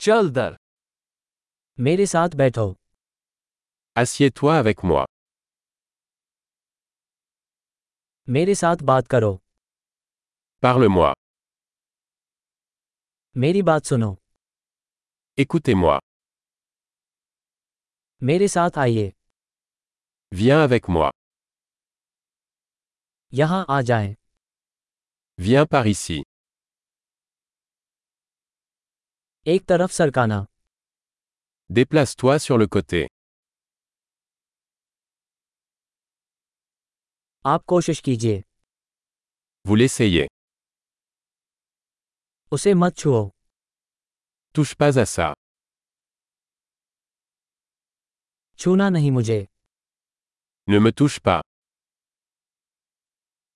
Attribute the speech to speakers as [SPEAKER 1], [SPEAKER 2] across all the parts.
[SPEAKER 1] चल दर
[SPEAKER 2] मेरे साथ बैठो
[SPEAKER 3] Assieds-toi avec moi.
[SPEAKER 2] मेरे साथ बात करो
[SPEAKER 3] Parle-moi.
[SPEAKER 2] मेरी बात सुनो
[SPEAKER 3] Écoutez-moi.
[SPEAKER 2] मेरे साथ आइए
[SPEAKER 3] Viens avec moi.
[SPEAKER 2] यहाँ आ जाएं।
[SPEAKER 3] Viens par ici.
[SPEAKER 2] एक तरफ सरकाना
[SPEAKER 3] Déplace-toi sur le côté.
[SPEAKER 2] आप कोशिश कीजिए
[SPEAKER 3] Vous l'essayez.
[SPEAKER 2] उसे मत छुओ
[SPEAKER 3] Touche pas à ça.
[SPEAKER 2] छूना नहीं मुझे
[SPEAKER 3] Ne me touche pas.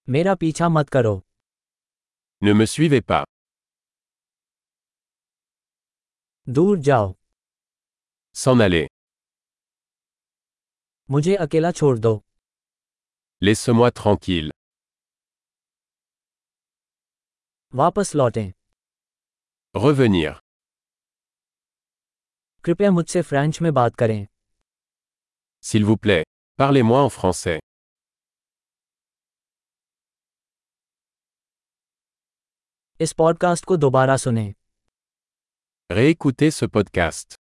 [SPEAKER 2] मेरा पीछा मत करो
[SPEAKER 3] Ne me suivez pas.
[SPEAKER 2] दूर जाओ
[SPEAKER 3] S'en aller.
[SPEAKER 2] मुझे अकेला छोड़ दो
[SPEAKER 3] Laisse-moi tranquille.
[SPEAKER 2] वापस लौटें
[SPEAKER 3] Revenir.
[SPEAKER 2] कृपया मुझसे फ्रेंच में बात करें
[SPEAKER 3] S'il vous plaît. Parlez-moi en français.
[SPEAKER 2] इस पॉडकास्ट को दोबारा सुनें
[SPEAKER 3] Réécoutez ce podcast.